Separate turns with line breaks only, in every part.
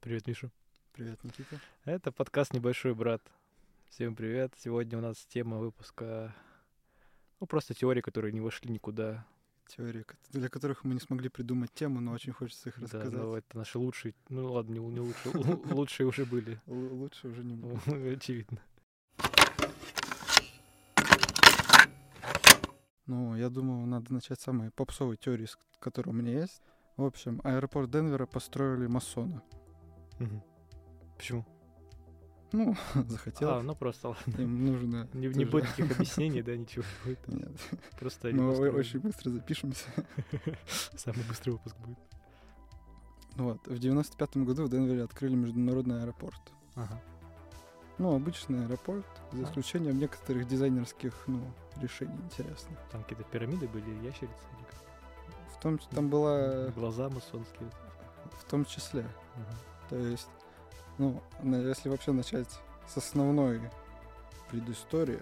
Привет, Миша.
Привет, Никита.
Это подкаст «Небольшой брат». Всем привет. Сегодня у нас тема выпуска... Ну, просто теории, которые не вошли никуда.
Теории, ко- для которых мы не смогли придумать тему, но очень хочется их
Да,
рассказать.
но это наши лучшие... Ну, ладно, не, не лучшие. лу- Лучшие уже были.
Л- лучше уже не будет.
Ну, Очевидно.
Ну, я думаю, надо начать с самой попсовой теории, с- которая у меня есть. В общем, аэропорт Денвера построили масоны.
Мгм. Почему?
Ну, захотел.
А, ну просто ладно.
Им нужно...
не, не
тоже-
будет никаких объяснений, да, ничего. не будет.
Нет,
Просто один
мы о-
устроили.
очень быстро запишемся.
Самый быстрый выпуск будет.
Ну Вот, в 95 году в Денвере открыли международный аэропорт.
Ага.
Ну, обычный аэропорт, за
А.
исключением некоторых дизайнерских, ну, решений интересных.
Там какие-то пирамиды были, ящерицы. или как?
В том, ч- там была...
Глаза масонские.
В том числе.
Ага.
То есть, ну, на- если вообще начать с основной предыстории,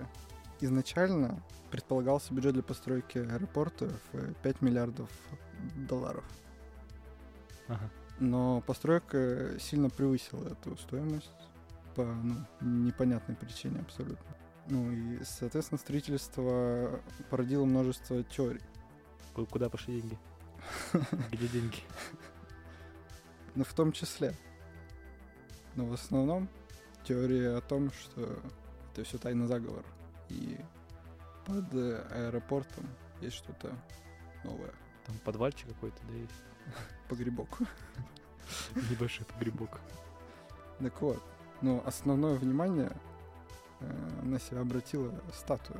изначально предполагался бюджет для постройки аэропорта в 5 миллиардов долларов.
Ага.
Но постройка сильно превысила эту стоимость по ну, непонятной причине абсолютно. Ну и, соответственно, строительство породило множество теорий.
Ку- Куда пошли деньги? Где деньги?
Ну, в том числе. Но в основном теория о том, что это все тайный заговор. И под э, аэропортом есть что-то новое.
Там подвальчик какой-то, да, есть.
Погребок.
Небольшой погребок.
Так вот. Но основное внимание э, на себя обратила статуя.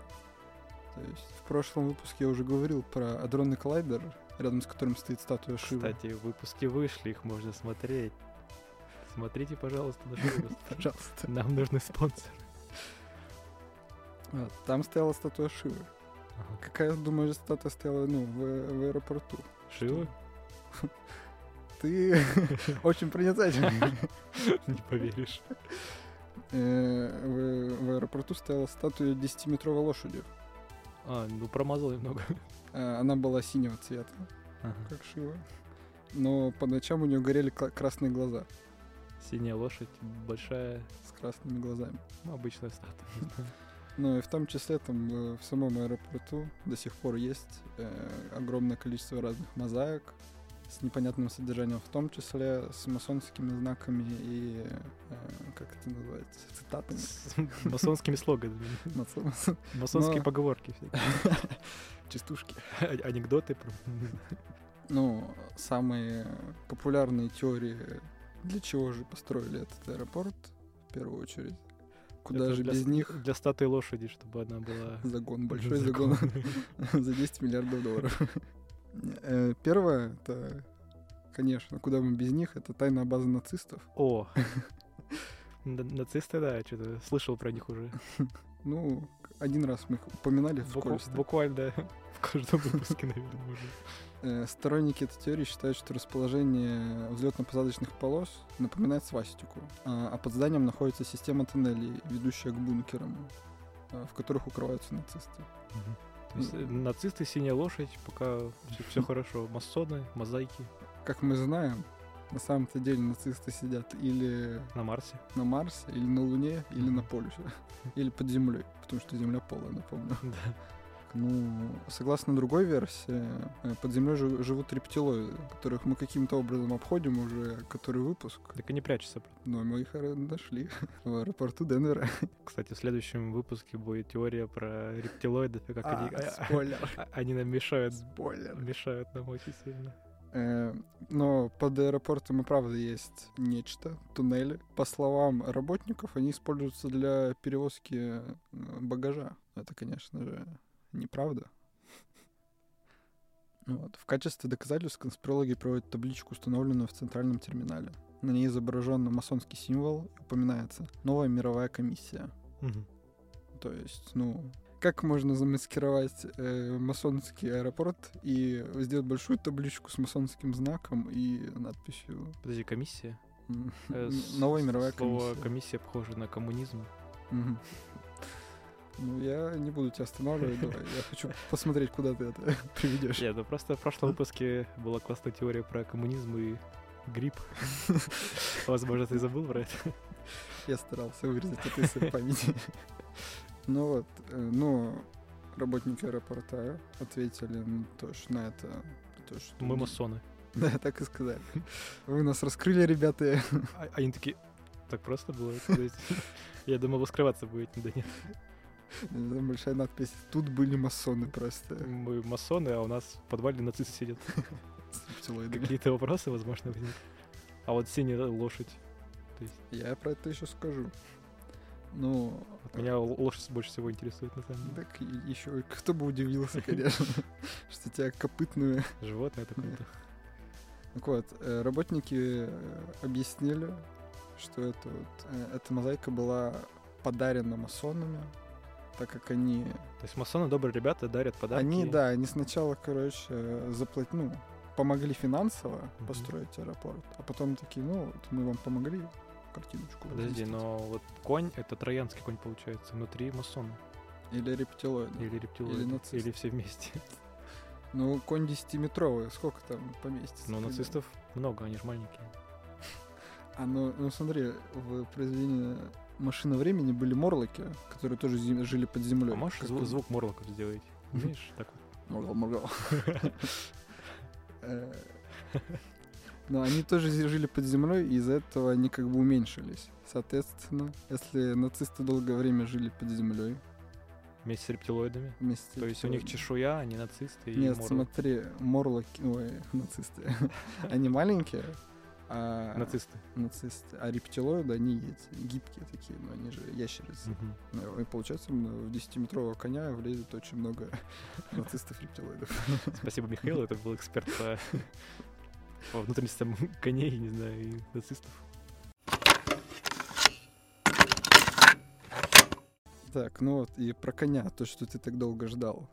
То есть в прошлом выпуске я уже говорил про адронный коллайдер, рядом с которым стоит статуя Шива.
Кстати, выпуски вышли, их можно смотреть. Смотрите, пожалуйста, наш выпуск.
Пожалуйста.
Нам нужны спонсоры.
Вот, Там стояла статуя Шивы.
Ага.
Какая, думаешь, статуя стояла ну, в- в аэропорту?
Шива?
Ты очень проницательный.
Не поверишь.
Э, В в аэропорту стояла статуя 10-метровой лошади.
А, ну промазал немного.
Э, Она была синего цвета,
Ага.
как Шива. Но по ночам у нее горели кла- красные глаза.
Синяя лошадь, большая,
С красными глазами.
ну, обычная статуя. не знаю.
Ну и в том числе там э, в самом аэропорту до сих пор есть э, огромное количество разных мозаик с непонятным содержанием, в том числе с масонскими знаками и, э, как это называется, цитатами.
С масонскими слоганами.
Мацо-
Масонские
Но-
поговорки всякие.
Частушки.
А- Анекдоты про...
ну, самые популярные теории, для чего же построили этот аэропорт, в первую очередь. Куда
Это
же
для
без
с-
них
Для статуи лошади, чтобы она была...
загон, большой загон за 10 миллиардов долларов. Э, Первое, это, конечно, куда мы без них, это тайная база нацистов.
О! Н- Нацисты, да, что-то слышал про них уже.
Ну, один раз мы их упоминали
Буку-
вскользь.
Буквально, да. В каждом выпуске, наверное, уже.
Э, Сторонники этой теории считают, что расположение взлетно-посадочных полос напоминает свастику, а а под зданием находится система тоннелей, ведущая к бункерам, э, в которых укрываются нацисты.
То есть, э, нацисты, синяя лошадь, пока все хорошо. Масоны, мозаики
Как мы знаем, на самом-то деле нацисты сидят или
на Марсе.
на Марсе, или на Луне, или на
Мгм.
полюсе, или под землей, потому что Земля полая, напомню.
Да.
Ну, согласно другой версии, э, под землей жи- живут рептилоиды, которых мы каким-то образом обходим уже который выпуск.
Так и не прячется.
Но мы их э, нашли в аэропорту Денвера.
Кстати, в следующем выпуске будет теория про рептилоидов и как
А,
они... а-
спойлер.
а- Они нам мешают,
Спойлер.
мешают нам очень сильно.
Э, Но под аэропортом и правда есть нечто, туннели. По словам работников, они используются для перевозки э, багажа. Это, конечно же, неправда. Вот. В качестве доказательств конспирологи проводят табличку, установленную в центральном терминале. На ней изображен масонский символ и упоминается «Новая мировая комиссия».
Мгм.
То есть, ну, как можно замаскировать э, масонский аэропорт и сделать большую табличку с масонским знаком и надписью
Подожди, комиссия?
м,
Э, с-
«Новая мировая
Слово
комиссия».
комиссия похоже на коммунизм.
Мгм. Ну, я не буду тебя останавливать, давай. Я хочу посмотреть, куда ты это приведешь.
Нет, ну просто в прошлом выпуске была классная теория про коммунизм и грипп. Возможно, ты забыл про это.
Я старался вырезать это из своей памяти. Ну вот, э, но работники аэропорта ответили ну, тоже на это. то, что-
Мы масоны.
Да, так и сказали. Вы нас раскрыли, ребята.
А- Они такие, так просто было? это, то есть?» Я думал, раскрываться будет. Да нет,
Там Э, большая надпись. Тут были масоны просто.
мы масоны, а у нас в подвале нацисты сидят.
с рептилоидами.
Какие-то вопросы, возможно, возникли. А вот синяя лошадь.
Я про это еще скажу. Ну,
Вот меня л- лошадь больше всего интересует, на самом деле.
так еще кто бы удивился, конечно, что тебя копытную
Животное это круто.
Так вот, э, работники э, объяснили, что это вот, э, эта мозаика была подарена масонами, так как они...
То есть масоны добрые ребята дарят подарки.
они, да, они сначала, короче, э, заплат... ну, помогли финансово
Мгм.
построить аэропорт, а потом такие, ну, вот мы вам помогли, картиночку.
Подожди,
разместить».
но вот конь это троянский конь получается. Внутри масон.
Или рептилоиды.
Или рептилоид.
Или нацист.
все вместе.
Ну, конь 10-метровый, сколько там поместится?
Но
примерно?
нацистов много, они же маленькие.
А, ну, ну смотри, в произведении «Машина времени» были морлоки, которые тоже зим- жили под землей.
А можешь
как
зву-
и-
звук морлоков сделать? Умеешь? Так вот.
Моргал, моргал. Э, Но они тоже зи- жили под землей, и из-за этого они как бы уменьшились. Соответственно, если нацисты долгое время жили под землей
Вместе с рептилоидами.
вместе...
То есть у них
то-
чешуя, они нацисты и
Нет,
морлоки.
смотри, морлоки... Ой, нацисты. Они маленькие, а...
Нацисты.
нацисты. А рептилоиды, они эти, гибкие такие, но они же ящерицы.
Мгм.
Ну, И получается, м, в 10-метрового коня влезет очень много нацистов-рептилоидов.
Спасибо, Михаил, это был эксперт по, по внутренностям коней, не знаю, и нацистов.
Так, ну вот, и про коня, то, что ты так долго ждал.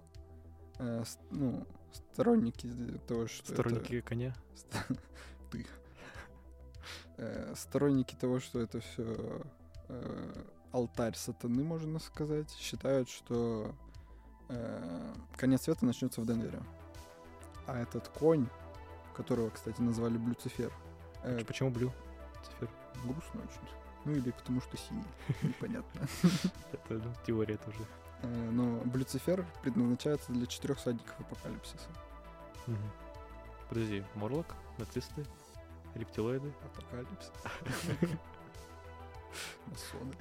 Э, с- ну, сторонники д- того, что
Сторонники коня.
это... ст- Ты. Э, сторонники того, что это все алтарь сатаны, можно сказать, считают, что э, конец света начнется в Денвере. А этот конь, которого, кстати, назвали Блюцифер, э,
Ч- Почему блю? Цифер.
грустно очень. Ну или потому что синий, непонятно.
Это ну, теория тоже.
Э, Но Блюцифер предназначается для четырех садников апокалипсиса.
Мгм. Подожди, морлок, нацисты, рептилоиды.
Апокалипсис. Масоны.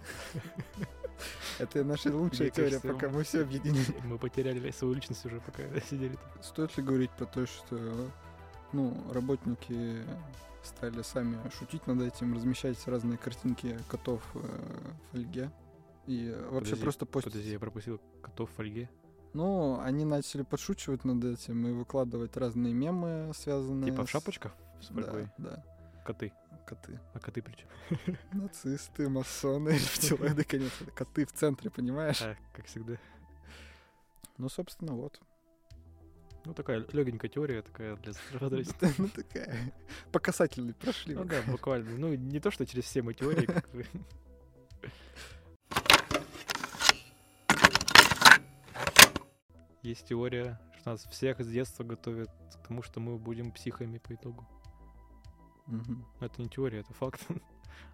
Это наша лучшая
Мне
теория,
кажется,
пока
мы-
мы все объединили.
Мы потеряли свою личность уже, пока сидели тут.
Стоит ли говорить про то, что ну, работники стали сами шутить над этим, размещать разные картинки котов э, в фольге? И вообще
Подожди,
просто постить.
Подожди, я пропустил котов в фольге.
Ну, они начали подшучивать над этим и выкладывать разные мемы, связанные
Типа в
Ну, с-
шапочках с фольгой.
Да, да,
Коты.
коты.
А коты причем?
Нацисты, масоны, рептилоиды, конечно. Коты в центре, понимаешь?
А, как всегда.
Ну, собственно, вот.
Ну, такая легенькая теория, такая для здравоохранения.
Ну, такая. По касательной прошли.
Ну
мы.
да, буквально. Ну, не то, что через все мы теории, как бы. Есть теория, что нас всех с детства готовят к тому, что мы будем психами по итогу.
Мгм.
Но это не теория, это факт.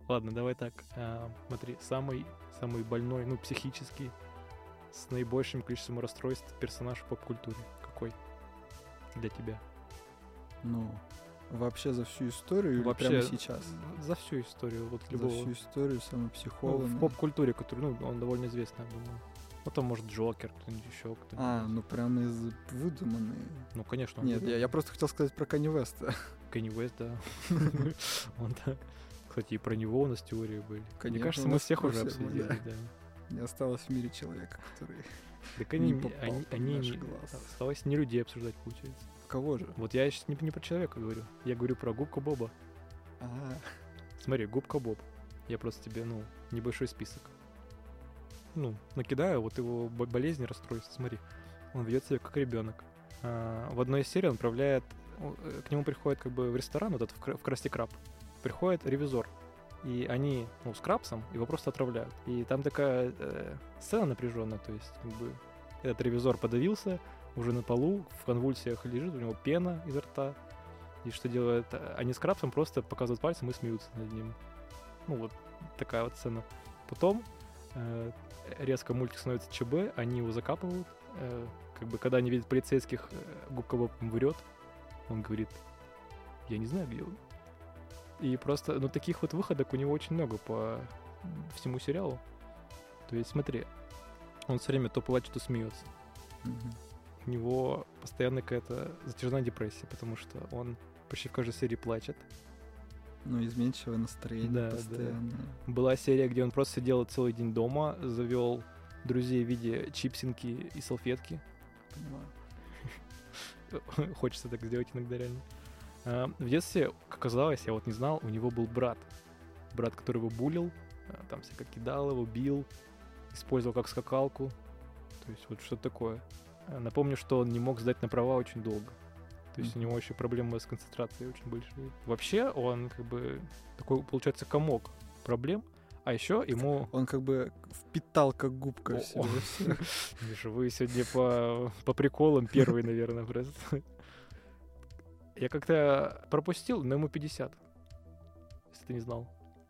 Ладно, давай так. А, смотри, самый, самый больной, ну, психический, с наибольшим количеством расстройств персонаж в поп-культуре. Какой? Для тебя.
Ну, вообще за всю историю или
Вообще,
прямо сейчас?
За всю историю, вот
За
любого.
всю историю самый
Ну,
психованный.
в поп-культуре, который, ну, он довольно известный, я думаю. Ну, там, может, Джокер, кто-нибудь еще, кто-нибудь.
А, ну прям из выдуманной.
Ну, конечно, он
Нет, я, я просто хотел сказать про Канни Веста.
Кенни Уэст, да. Он, да. Кстати, и про него у нас теории были. Мне
Конечно,
кажется,
у
мы
нас
всех
про
уже
всех мы,
обсудили,
да.
да.
Не осталось в мире человека, который...
Так
Не
они,
попал
они,
под
они
наш
не-
глаз.
осталось не людей обсуждать, получается.
Кого же?
Вот я сейчас не, не про человека говорю. Я говорю про губку Боба.
А,
Смотри, губка Боб. Я просто тебе, ну, небольшой список. Ну, накидаю, вот его бо- болезни, расстройства. Смотри, он ведет себя как ребенок. А, в одной из серий он отправляет... о, э, К нему приходит как бы в ресторан, вот этот в, кра- в Красти Краб. Приходит ревизор. И они, ну, с Крабсом его просто отравляют. И там такая э, сцена напряженная, то есть как бы этот ревизор подавился, уже на полу, в конвульсиях лежит, у него пена изо рта. И что делают э, они с Крабсом? Просто показывают пальцем и смеются над ним. Ну, вот такая вот сцена. Потом э, резко мультик становится ЧБ, они его закапывают. Э, как бы, когда они видят полицейских, э, Губка Боб им врет. Он говорит, я не знаю, где он. И просто, ну, таких вот выходок у него очень много по всему сериалу. То есть, смотри, он все время то плачет, то смеется.
Мгм.
У него постоянно какая-то затяжная депрессия, потому что он почти в каждой серии плачет.
Ну, изменчивое настроение
Да, да.
постоянно.
Была серия, где он просто сидел целый день дома, завел друзей в виде чипсинки и салфетки.
Понимаю.
Хочется так сделать иногда реально. А, В детстве, как оказалось, я вот не знал, у него был брат. Брат, который его булил, а, там всяко кидал его, бил, использовал как скакалку. То есть вот что такое. А, Напомню, что он не мог сдать на права очень долго. То есть у
Мгм.
него еще проблемы с концентрацией очень большие. Вообще он как бы такой, получается, комок проблем. А еще ему...
Он как бы впитал как губка
О,
в себя
о.
всё.
Миша, вы сегодня по, по приколам первые, наверное, просто. Я как-то пропустил, но ему 50. Если ты не знал.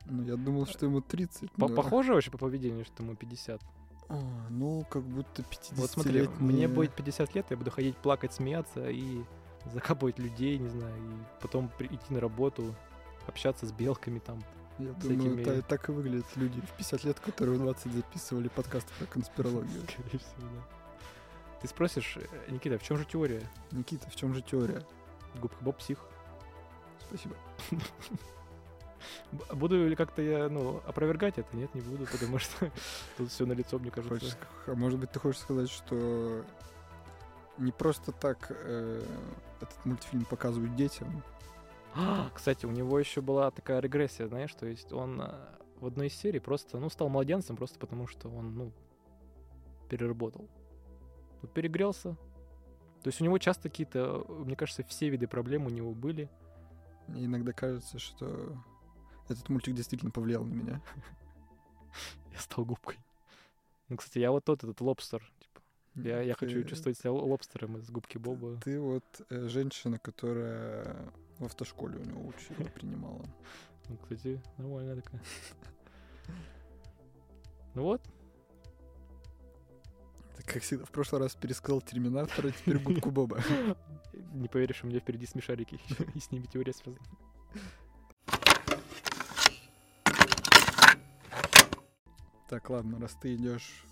Ну, я думал, что ему 30.
По-
но-
Похоже вообще по поведению, что ему 50.
О, ну, как будто 50
Вот смотри, мне будет 50 лет, я буду ходить плакать, смеяться и закапывать людей, не знаю, и потом при- идти на работу, общаться с белками там.
Я
с
думаю,
такими-
та- так и выглядят люди в 50 лет, которые в 20 записывали подкаст про конспирологию.
Скорее всего, да. Ты спросишь, «Э, Никита, в чем же теория?
Никита, в чем же теория?
Губка Боб псих.
Спасибо.
Б- Буду ли как-то я, ну, опровергать это? Нет, не буду, потому что тут все на лицо, мне кажется.
Хочешь ск- а может быть, ты хочешь сказать, что не просто так э, этот мультфильм показывают детям?
А, Кстати, у него еще была такая регрессия, знаешь, то есть он а, в одной из серий просто, ну, стал младенцем просто потому, что он, ну, переработал. Вот перегрелся. То есть у него часто какие-то, э, мне кажется, все виды проблем у него были.
Мне иногда кажется, что этот мультик действительно повлиял на меня.
Я стал губкой. Ну, кстати, я вот тот, этот лобстер. типа. Я, я хочу
Ты-
чувствовать себя л- лобстером из губки Боба.
Ты вот э, женщина, которая в автошколе у него учила, принимала.
Ну, кстати, нормальная такая. Ну вот,
Ты, как всегда, в прошлый раз пересказал Терминатора, а теперь Губку Боба.
не поверишь, у меня впереди смешарики и с ними теория связана.
Так, ладно, раз ты идешь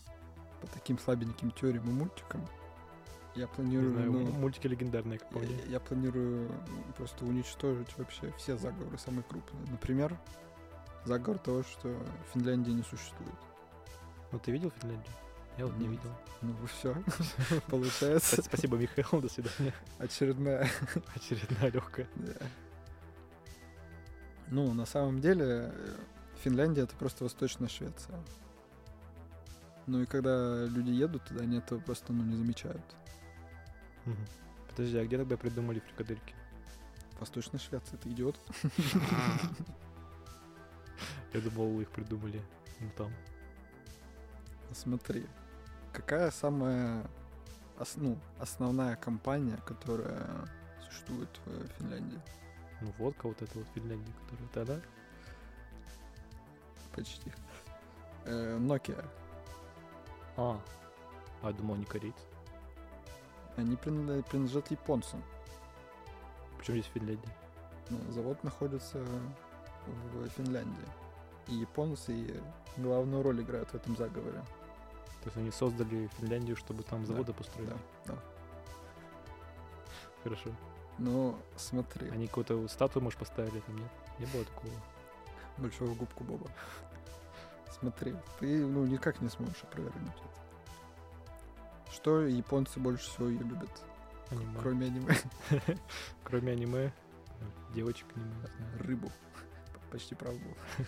по таким слабеньким теориям и мультикам, я
Не
планирую...
знаю,
ну,
м- мультики легендарные, как по
Я,
мне.
я- я планирую ну, просто уничтожить вообще все заговоры, самые крупные. Например, заговор того, что Финляндии не существует.
Ну ты видел Финляндию? Я вот не
Нет.
видел.
Ну все,
Кстати,
получается
Спасибо, Михаил, до свидания.
очередная.
Очередная легкая.
да. Ну, на самом деле, э, Финляндия это просто Восточная Швеция. Ну и когда люди едут туда, они этого просто ну, не замечают.
Подожди, а где тогда придумали фрикадельки?
Восточная Швеция, ты идиот.
Я думал, их придумали ну, там.
Смотри, какая самая ос- ну, основная компания, которая существует в Финляндии?
Ну, водка вот эта вот а, Финляндия, которая тогда.
Почти. Э, Nokia.
А, а я думал, они корейцы.
Они принадле- принадлежат японцам.
Почему здесь Финляндия?
Ну, завод находится в Финляндии. И японцы главную роль играют в этом заговоре.
То есть они создали Финляндию, чтобы там
Да,
заводы построили?
да, да.
Хорошо.
Но смотри,
Они какую-то статую, может, поставили там, нет? Не было такого.
большого губку Боба. Смотри, ты ну никак не сможешь опровергнуть это. Что японцы больше всего и любят,
Аниме.
кроме аниме?
Кроме аниме, э, девочек аниме. не знаю.
рыбу. П- Почти прав был.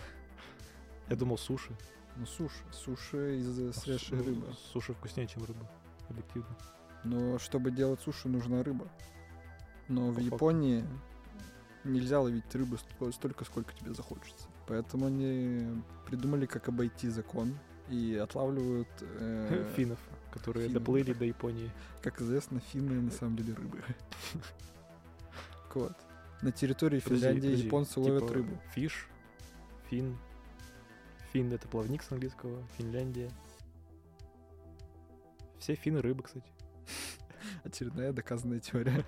Я думал, суши.
Ну, суши. Суши из э,
А
свежей
су-
рыбы.
Суши вкуснее, чем рыба. Объективно.
Но чтобы делать суши, нужна рыба. Но в
По факту.
Японии нельзя ловить рыбу сто- столько, сколько тебе захочется. Поэтому они придумали, как обойти закон. И отлавливают, э,
Финнов, которые
финны,
доплыли
да.
до Японии.
как известно, финны на самом деле рыбы. Так Вот. На территории
Подожди,
Финляндии
подожди,
японцы
типа
ловят рыбу.
Фиш, фин. Фин — это плавник с английского, Финляндия. Все финны рыбы, кстати.
Очередная доказанная теория.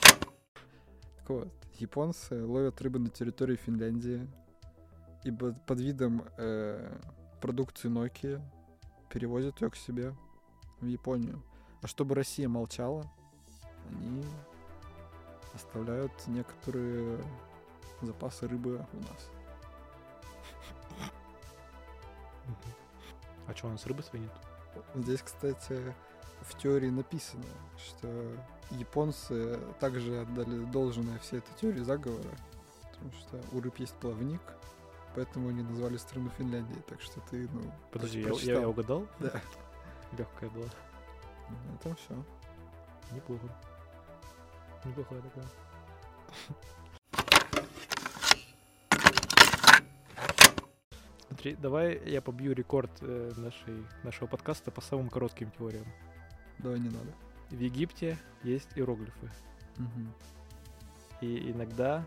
Так вот, японцы ловят рыбу на территории Финляндии и бо- под видом э, продукции Nokia перевозят ее к себе в Японию. А чтобы Россия молчала, они оставляют некоторые запасы рыбы у нас.
Мгм. А что, у нас рыбы своей нет?
Здесь, кстати, в теории написано, что японцы также отдали должное всей этой теории заговора, потому что у рыб есть плавник, поэтому они назвали страну Финляндией, так что ты, ну,
Подожди, я, я-
прочитал.
я угадал?
Да.
Легкая была.
на этом все.
Неплохо. Неплохая такая. Смотри, давай я побью рекорд э, нашей, нашего подкаста по самым коротким теориям.
Давай не надо.
В Египте есть иероглифы.
Мгм.
И иногда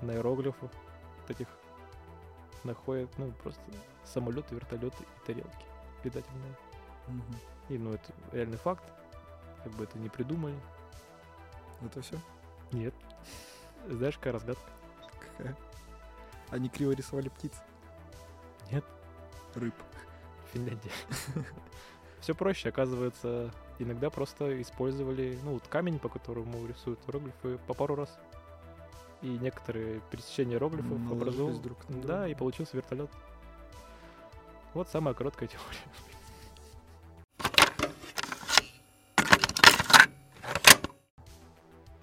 на иероглифах вот этих находят, ну, просто самолеты, вертолеты и тарелки питательные.
Мгм.
И, ну, это реальный факт. Как бы это не придумали.
Это все?
Нет. Знаешь, какая разгадка?
Какая? Они криво рисовали птиц?
Нет.
Рыб.
Финляндия. Все проще, оказывается. Иногда просто использовали, ну, вот камень, по которому рисуют иероглифы, по пару раз. И некоторые пересечения иероглифов
Наложились
образовывают.
Ну, друг на
Да,
друга.
и получился вертолет. Вот самая короткая теория.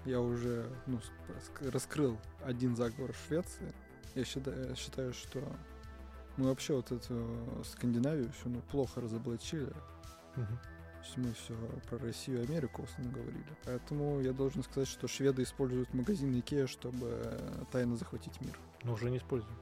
Я уже ну, ск- ск- раскрыл один заговор в Швеции. Я считаю, считаю, что мы вообще вот эту Скандинавию все ну, плохо разоблачили.
Мгм.
То есть мы все про Россию и Америку в основном говорили. Поэтому я должен сказать, что шведы используют магазин Икея, чтобы э, тайно захватить мир.
Но уже не используем.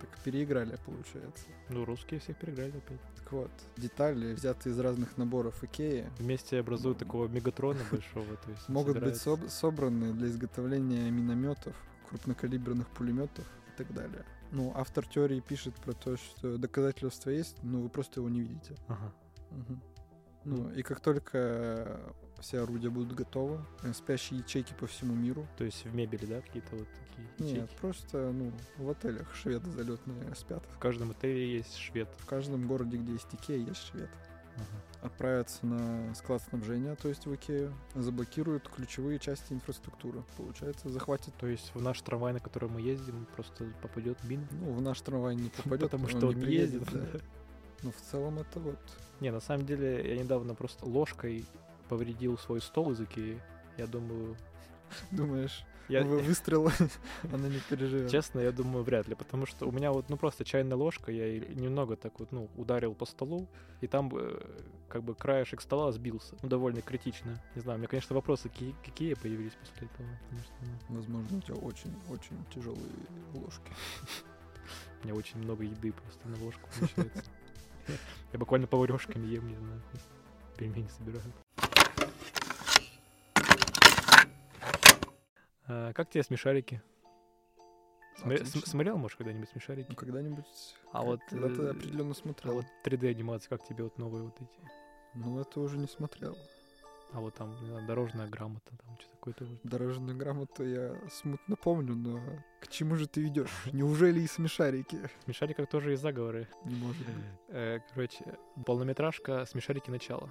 Так переиграли, получается.
Ну, русские всех переиграли опять.
Так вот, детали, взятые из разных наборов Икея,
Вместе образуют
Ну.
такого мегатрона большого. то есть он
могут быть
собирается.
соб- собраны для изготовления минометов, крупнокалиберных пулеметов и так далее. Ну, автор теории пишет про то, что доказательства есть, но вы просто его не видите.
Ага.
Ну, и как только все орудия будут готовы, э, спящие ячейки по всему миру.
То есть в мебели, да, какие-то вот такие
Нет,
ячейки.
просто, ну, в отелях шведы залетные спят.
В каждом отеле есть швед.
В каждом городе, где есть Икея, есть швед. Отправятся на склад снабжения, то есть в Икею, заблокируют ключевые части инфраструктуры. Получается, захватят
То есть в наш трамвай, на котором мы ездим, просто попадет мин.
Ну, в наш трамвай не попадет,
Потому что он не ездит.
да. Но в целом это вот...
Не, на самом деле, я недавно просто ложкой повредил свой стол из Икеи. Я думаю...
Думаешь,
Я,
вы- выстрел, она не переживет.
Честно, я думаю, вряд ли, потому что у меня вот, ну, просто чайная ложка, я и немного так вот, ну, ударил по столу, и там э, как бы краешек стола сбился, ну, довольно критично. Не знаю, у меня, конечно, вопросы ки- какие появились после этого, потому что ну,
Возможно, у тебя очень-очень тяжелые ложки.
у меня очень много еды просто на ложку получается. Я буквально поварешками ем, не знаю, пельмени собираю. А, Как тебе смешарики? Сме-
Отлично.
см- Смотрел, может, когда-нибудь
Ну,
смешарики?
когда-нибудь...
А
как-
вот,
Когда ты
э,
определенно
А
смотрел.
вот 3D-анимации, как тебе вот новые вот эти?
Ну, это уже не смотрел.
А вот там, не знаю, дорожная грамота, там что-то какое-то. вот.
Дорожную грамоту я смутно помню, но к чему же ты ведешь? Неужели и смешарики?
В смешариках тоже есть заговоры.
Не может быть.
Э, Короче, полнометражка «Смешарики. Начало».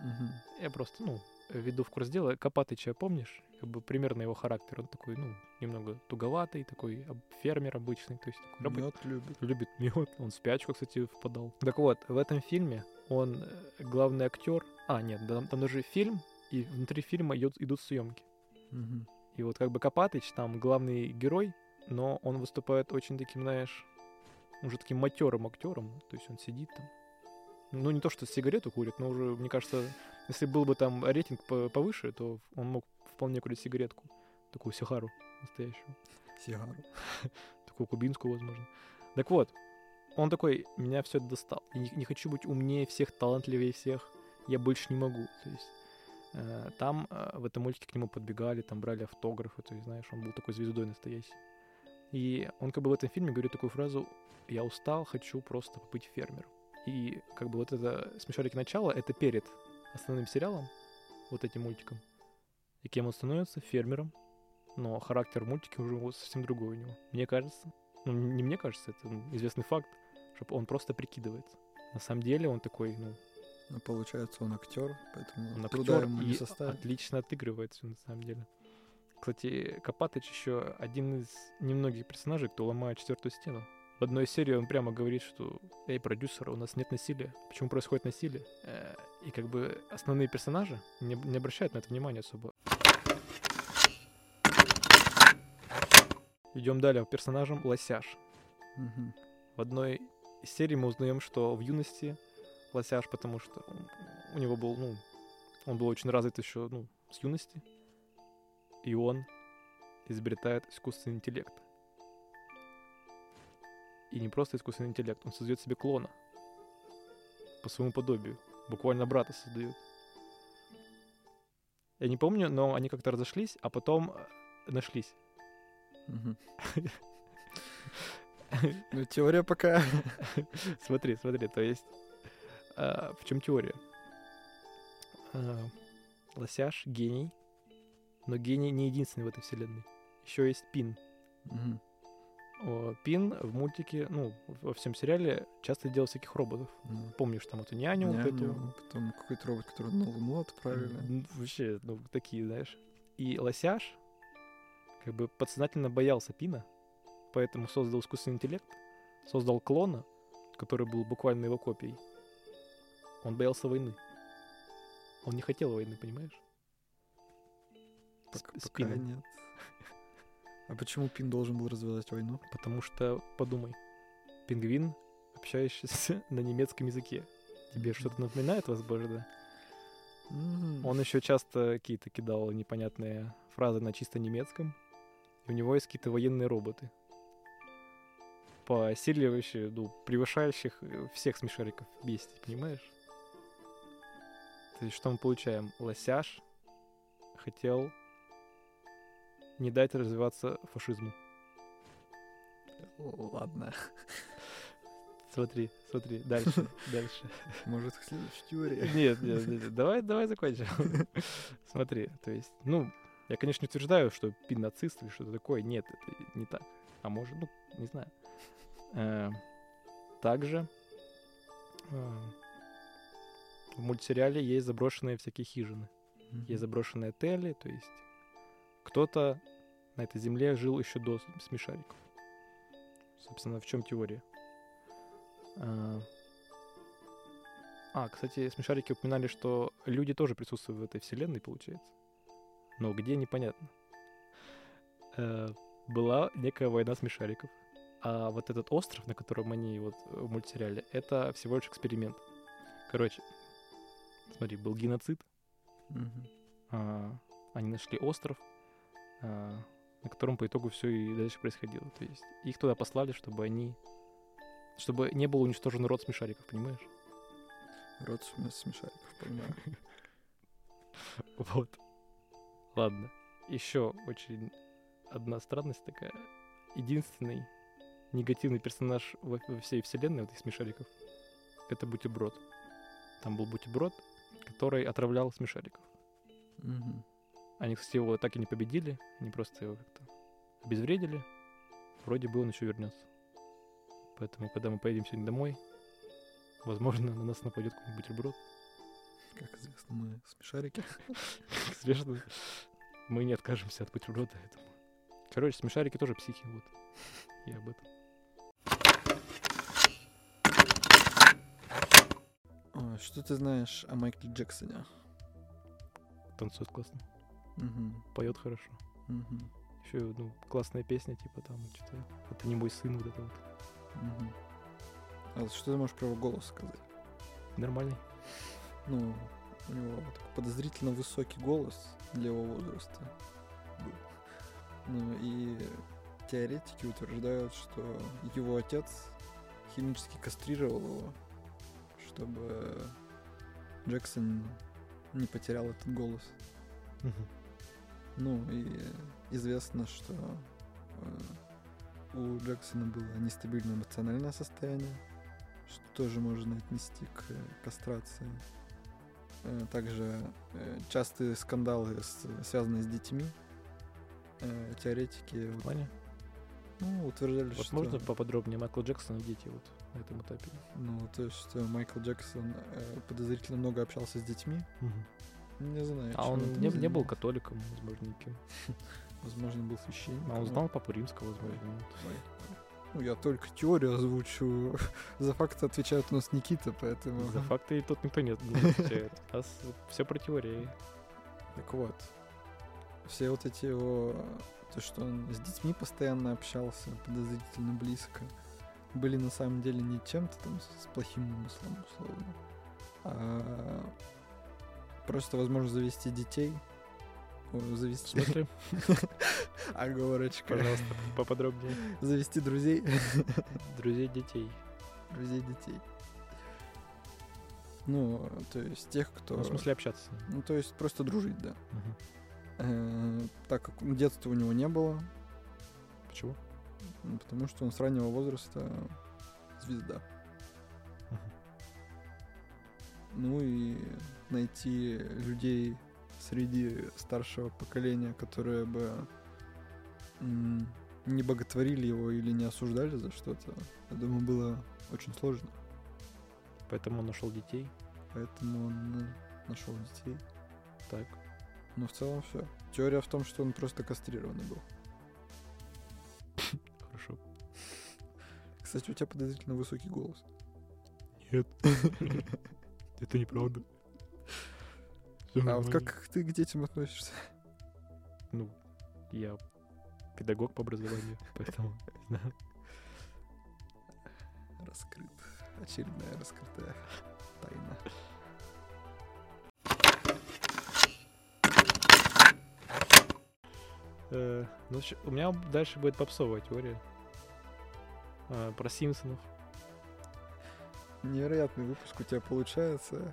Мгм.
Я просто, ну, веду в курс дела. Копатыча помнишь? Как бы примерно его характер. Он такой, ну, немного туговатый, такой об- фермер обычный. То есть такой рабо-
Мед любит.
любит мед. Он в спячку, кстати, впадал. Так вот, в этом фильме он э, главный актер. А, нет, да, там, там даже фильм, и внутри фильма идут, идут съемки.
Мгм.
И вот как бы Копатыч там главный герой, но он выступает очень таким, знаешь, уже таким матерым актером. То есть он сидит там. Ну, не то, что сигарету курит, но уже, мне кажется, если был бы там рейтинг по- повыше, то он мог вполне курить сигаретку. Такую сихару настоящую.
Сигару.
Такую кубинскую, возможно. Так вот, он такой, меня все достал. Я не, не хочу быть умнее всех, талантливее всех. Я больше не могу. То есть Э, Там э, в этом мультике к нему подбегали, там брали автографы, то есть, знаешь, он был такой звездой настоящий. И он как бы в этом фильме говорит такую фразу «Я устал, хочу просто побыть фермером». И как бы вот это смешарики начала, это перед основным сериалом, вот этим мультиком. И кем он становится? Фермером. Но характер мультики уже вот совсем другой у него. Мне кажется, ну не мне кажется, это м, известный факт, что он просто прикидывается. На самом деле он такой, ну,
Ну, получается, он актер, поэтому
он
труда
актер
ему
и
не составит.
отлично отыгрывает всё на самом деле. Кстати, Копатыч еще один из немногих персонажей, кто ломает четвертую стену. В одной серии он прямо говорит, что «Эй, продюсер, у нас нет насилия. Почему происходит насилие?» Э, И как бы основные персонажи не, не обращают на это внимания особо. Идем далее. Персонажем Лосяш.
Мгм.
В одной из серий мы узнаем, что в юности Лосяш, потому что он- у него был, ну, он был очень развит еще, ну, с юности, и он изобретает искусственный интеллект. И не просто искусственный интеллект, он создает себе клона по своему подобию, буквально брата создает. Я не помню, но они как-то разошлись, а потом э, нашлись.
Мгм. Ну, теория пока...
Смотри, смотри, то есть э, в чем теория? Э, Лосяш гений, но гений не единственный в этой вселенной. Еще есть Пин.
Мгм.
О, Пин в мультике, ну, во всем сериале часто делал всяких роботов.
Ну,
Помнишь там эту няню, вот
няню,
эту?
Потом какой-то робот, который на Луну отправили.
М, Вообще, ну, такие, знаешь. И Лосяш как бы подсознательно боялся Пина, поэтому создал искусственный интеллект, создал клона, который был буквально его копией. Он боялся войны. Он не хотел войны, понимаешь?
Пока,
С- с
пока
Пином.
нет. А почему Пин должен был развязать войну?
Потому что, подумай, пингвин, общающийся на немецком языке. Тебе что-то напоминает, возможно?
Мгм.
Он еще часто какие-то кидал непонятные фразы на чисто немецком. И у него есть какие-то военные роботы. По силе вообще, ну, превышающих э, всех смешариков бестий, понимаешь? То есть что мы получаем? Лосяш хотел не дать развиваться фашизму.
Ладно.
Смотри, смотри, дальше, дальше.
Может, к следующей теории.
Нет, нет, нет, нет, давай, давай закончим. Смотри, то есть, ну, я, конечно, не утверждаю, что пин нацист или что-то такое. Нет, это не так. А может, ну, не знаю. Э, Также э, в мультсериале есть заброшенные всякие хижины. Есть заброшенные отели, то есть кто-то на этой земле жил еще до с- смешариков. Собственно, в чем теория? А, а, кстати, смешарики упоминали, что люди тоже присутствуют в этой вселенной, получается. Но где, непонятно. Э, Была некая война смешариков. А вот этот остров, на котором они вот в мультсериале, это всего лишь эксперимент. Короче, смотри, был геноцид,
Мгм.
а, они нашли остров, а, на котором по итогу все и дальше происходило. То есть их туда послали, чтобы они... Чтобы не был уничтожен род смешариков, понимаешь?
Рот см- смешариков, понимаю.
Вот. Ладно. Еще очень одна странность такая. Единственный негативный персонаж во, во всей вселенной вот этих смешариков — это Бутиброд. Там был Бутиброд, который отравлял смешариков.
Мгм.
Они, кстати, его так и не победили. Они просто его как-то обезвредили. Вроде бы он еще вернется. Поэтому, когда мы поедем сегодня домой, возможно, на нас нападет какой-нибудь бутерброд.
Как известно, мы смешарики.
Свежно. Мы не откажемся от бутерброда, я думаю. Короче, смешарики тоже психи, вот. Я об этом.
А, Что ты знаешь о Майкле Джексоне?
Танцует классно,
Мгм.
поет хорошо.
Мгм.
Еще, ну, классная песня, типа там, что-то «А ты не мой сын», вот это вот.
Мгм. А что ты можешь про его голос сказать?
Нормальный.
Ну, у него такой подозрительно высокий голос для его возраста. был. Ну и теоретики утверждают, что его отец химически кастрировал его, чтобы Джексон не потерял этот голос.
Мгм.
Ну и известно, что э, у Джексона было нестабильное эмоциональное состояние, что тоже можно отнести к э, кастрации. Э, Также э, частые скандалы, с- связанные с детьми. Э, Теоретики
В
вот,
плане?
ну, утверждали,
Вот
что...
можно поподробнее Майкл Джексон и дети вот на этом этапе?
Ну, то есть, что Майкл Джексон э, подозрительно много общался с детьми.
Мгм.
Не знаю.
А
чем
он
это
не, не был
вызвано.
католиком, возможно, никем.
Возможно, был священником.
А он
вот.
знал Папу Римского, возможно. вот.
Ой. Ну, я только теорию озвучу. За факты отвечает у нас Никита, поэтому...
За факты тут никто не не отвечает. А все про теории.
Так вот. Все вот эти его... То, что он с детьми постоянно общался, подозрительно близко, были на самом деле не чем-то там с с плохим умыслом, условно, а просто возможность завести детей, О,
В
завести
смысле?
оговорочка,
Пожалуйста, поподробнее.
завести друзей,
Друзей детей.
друзей детей. Ну, то есть тех, кто...
Ну, в смысле общаться с ним.
Ну, то есть просто дружить, да.
Мгм.
Э, так как ну, детства у него не было,
Почему?
ну, потому что он с раннего возраста звезда.
Мгм.
Ну и найти людей среди старшего поколения, которые бы м, не боготворили его или не осуждали за что-то, я думаю, было очень сложно.
Поэтому он нашел детей.
Поэтому он э, нашел детей.
Так.
Но в целом все. Теория в том, что он просто кастрированный был.
Хорошо.
Кстати, у тебя подозрительно высокий голос.
Нет. Это неправда.
А вот как ты к детям относишься?
Ну, я педагог по образованию, поэтому... не знаю.
Раскрыт. Очередная раскрытая тайна.
Э, Ну, щ- у меня дальше будет попсовая теория. Э, Про Симпсонов.
Невероятный выпуск у тебя получается.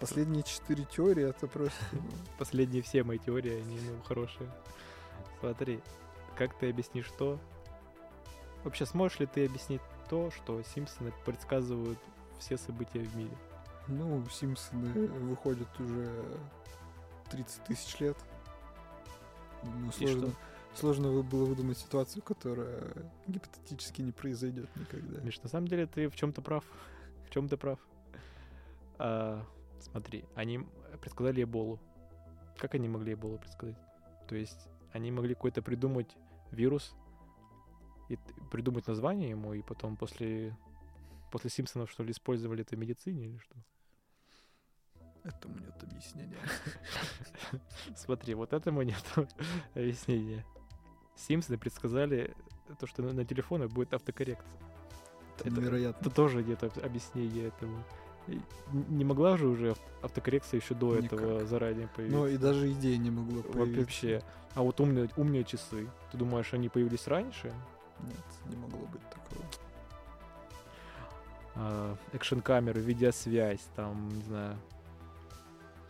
Последние четыре теории это просто... ну,
Последние все мои теории, они ну, хорошие. Смотри, как ты объяснишь то? Вообще, сможешь ли ты объяснить то, что Симпсоны предсказывают все события в мире?
Ну, Симпсоны выходят уже 30 тысяч лет. Ну,
И
сложно, сложно вы- было выдумать ситуацию, которая гипотетически не произойдет никогда.
Миш, на самом деле ты в чем-то прав. В чем ты прав. А, смотри, они м- предсказали Эболу. Как они могли Эболу предсказать? То есть они могли какой-то придумать вирус и т- придумать название ему, и потом после после Симпсонов, что ли, использовали это в медицине или что?
Это мне вот объяснение.
Смотри, вот этому нет объяснения. Симпсоны предсказали то, что на, на телефонах будет автокоррекция.
Это
Это-
невероятно.
Это тоже нет об- объяснения этому. И н- Не могла же уже авт- автокоррекция еще до этого
Никак.
заранее
Но
появиться.
и даже идея не могла
Во-
появиться.
Вообще. А вот умные, умные часы. Ты думаешь, они появились раньше?
Нет, не могло быть такого.
А, экшн-камеры, видеосвязь, там, не знаю.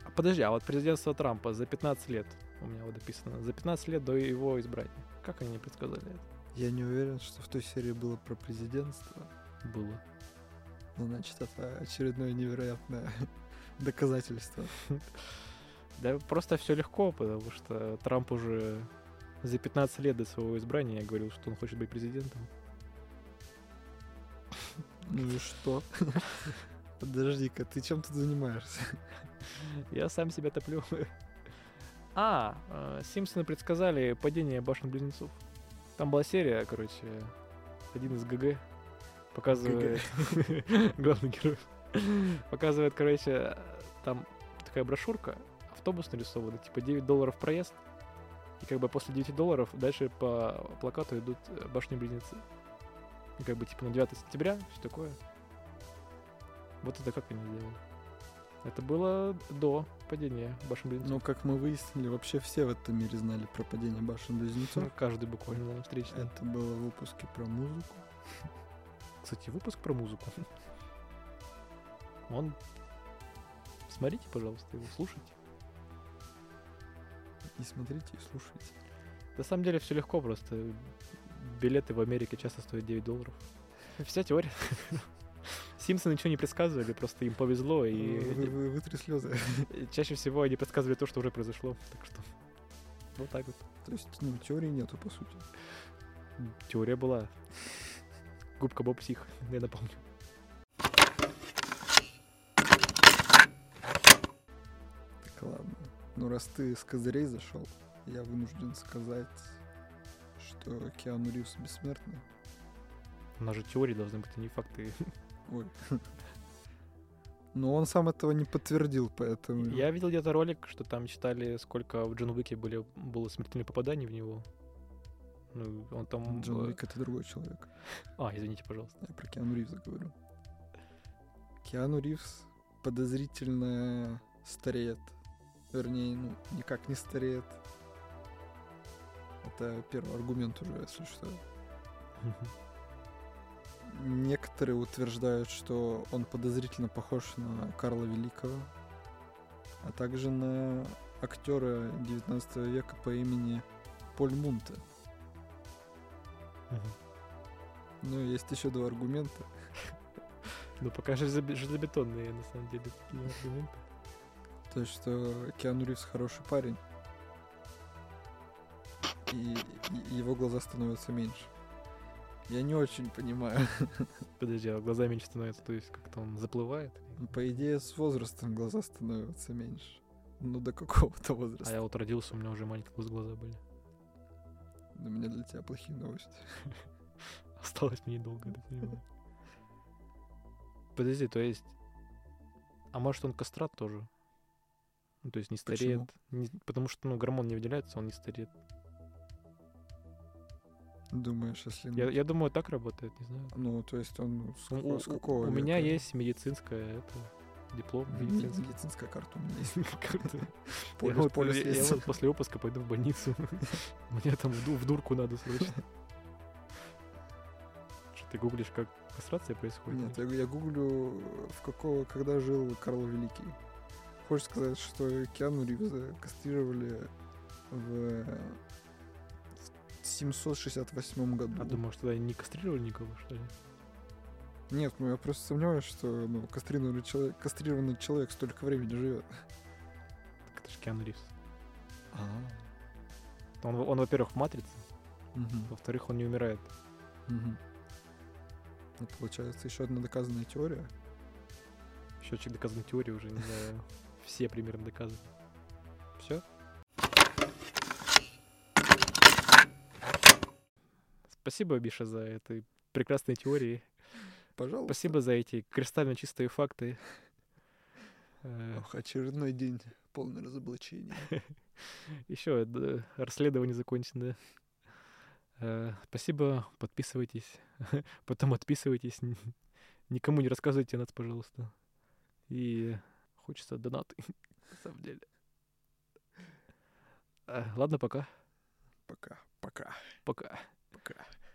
А Подожди, а вот президентство Трампа за 15 лет, у меня вот написано, за 15 лет до его избрания. Как они предсказали
Я не уверен, что в той серии было про президентство.
это? Было.
Ну, значит, это очередное невероятное доказательство.
Да просто все легко, потому что Трамп уже за 15 лет до своего избрания говорил, что он хочет быть президентом.
Ну и что? Подожди-ка, ты чем тут занимаешься?
Я сам себя топлю. А, э, Симпсоны предсказали падение башен близнецов. Там была серия, короче, один из ГГ показывает... Главный герой. Показывает, короче, там такая брошюрка, автобус нарисован, типа 9 долларов проезд, и как бы после 9 долларов дальше по плакату идут э, башни-близнецы. И как бы типа на 9 сентября, все такое. Вот это как они сделали. Это было до падения башен близнецов.
Ну, как мы выяснили, вообще все в этом мире знали про падение башен
Ну,
близнецов.
каждый буквально встречный.
Это было в выпуске про музыку.
Кстати, выпуск про музыку. Он Смотрите, пожалуйста, его, слушайте.
И смотрите, и слушайте.
На самом деле все легко просто. Билеты в Америке часто стоят 9 долларов. Вся теория. Симпсоны ничего не предсказывали, просто им повезло, и
Вы- вы- вы- вытри слезы.
они- чаще всего они предсказывали то, что уже произошло. Так что вот так вот.
То есть, ну, теории нету, по сути.
Теория была. Губка Боб Псих, я напомню.
Так ладно. Ну, раз ты с козырей зашел, я вынужден сказать, что Киану Ривз бессмертный.
У нас же теории должны быть, а не факты.
Ой. Но он сам этого не подтвердил, поэтому...
Я видел где-то ролик, что там считали, сколько в Джон Уике были, было смертельных попаданий в него. Ну, он там...
Джон
э,
Уик — это другой человек.
А, извините, пожалуйста.
Я про Киану Ривза говорю. Киану Ривз подозрительно стареет. Вернее, ну, никак не стареет. Это первый аргумент уже, если что. Некоторые утверждают, что он подозрительно похож на Карла Великого, а также на актера 19 века по имени Поль Мунте. Ну, есть еще два аргумента.
Ну, пока железобе- железобетонные, на самом деле, такие аргументы.
То, есть, что Киану Ривз хороший парень. И и его глаза становятся меньше. Я не очень понимаю.
Подожди, а глаза меньше становятся, то есть как-то он заплывает?
По идее, с возрастом глаза становятся меньше. Ну, до какого-то
А
возраста.
я вот родился, у меня уже маленькие глаз- глаза были. А
У меня для тебя плохие новости.
Осталось мне недолго, я так понимаю. Подожди, то есть... А может он кастрат тоже? Ну, то есть не стареет?
Почему?
не- Потому что, ну, гормон не выделяется, он не стареет.
Думаешь, если...
Я, я думаю, так работает, не знаю.
Ну, то есть он с,
Ну,
какого-
у-
с какого
у, у меня
века?
есть медицинская это, диплом
М,
медицинский.
Медицинская карта у меня есть.
Как-то Я
Полис,
вот-
полис
я- я
есть.
вот после выпуска пойду в больницу. Мне там в ду- в дурку надо срочно. Что ты гуглишь, как кастрация происходит?
Нет, я, я гуглю, в какого, когда жил Карл Великий. Хочешь сказать, что Киану Ривза кастрировали в 768 году.
А думаю, что тогда не кастрировали никого, что ли?
Нет, ну я просто сомневаюсь, что ну, кастрированный, человек, кастрированный человек столько времени живет.
Так это же Киану Ривз. Он, во- он, во-первых, в «Матрице», во-вторых, он не умирает.
Ну, получается, еще одна доказанная теория.
Счетчик доказанной теории уже, не знаю, все примерно доказаны. Все? Спасибо, Биша, за этой прекрасной теории.
Пожалуйста.
Спасибо за эти кристально чистые факты. Э,
Ох, очередной день полный разоблачений.
Еще одно э, расследование закончено. Э, Спасибо, подписывайтесь. Потом отписывайтесь. Н- Никому не рассказывайте о нас, пожалуйста. И хочется донаты, на самом деле. Э, Ладно, пока.
Пока, пока,
Пока.
пока.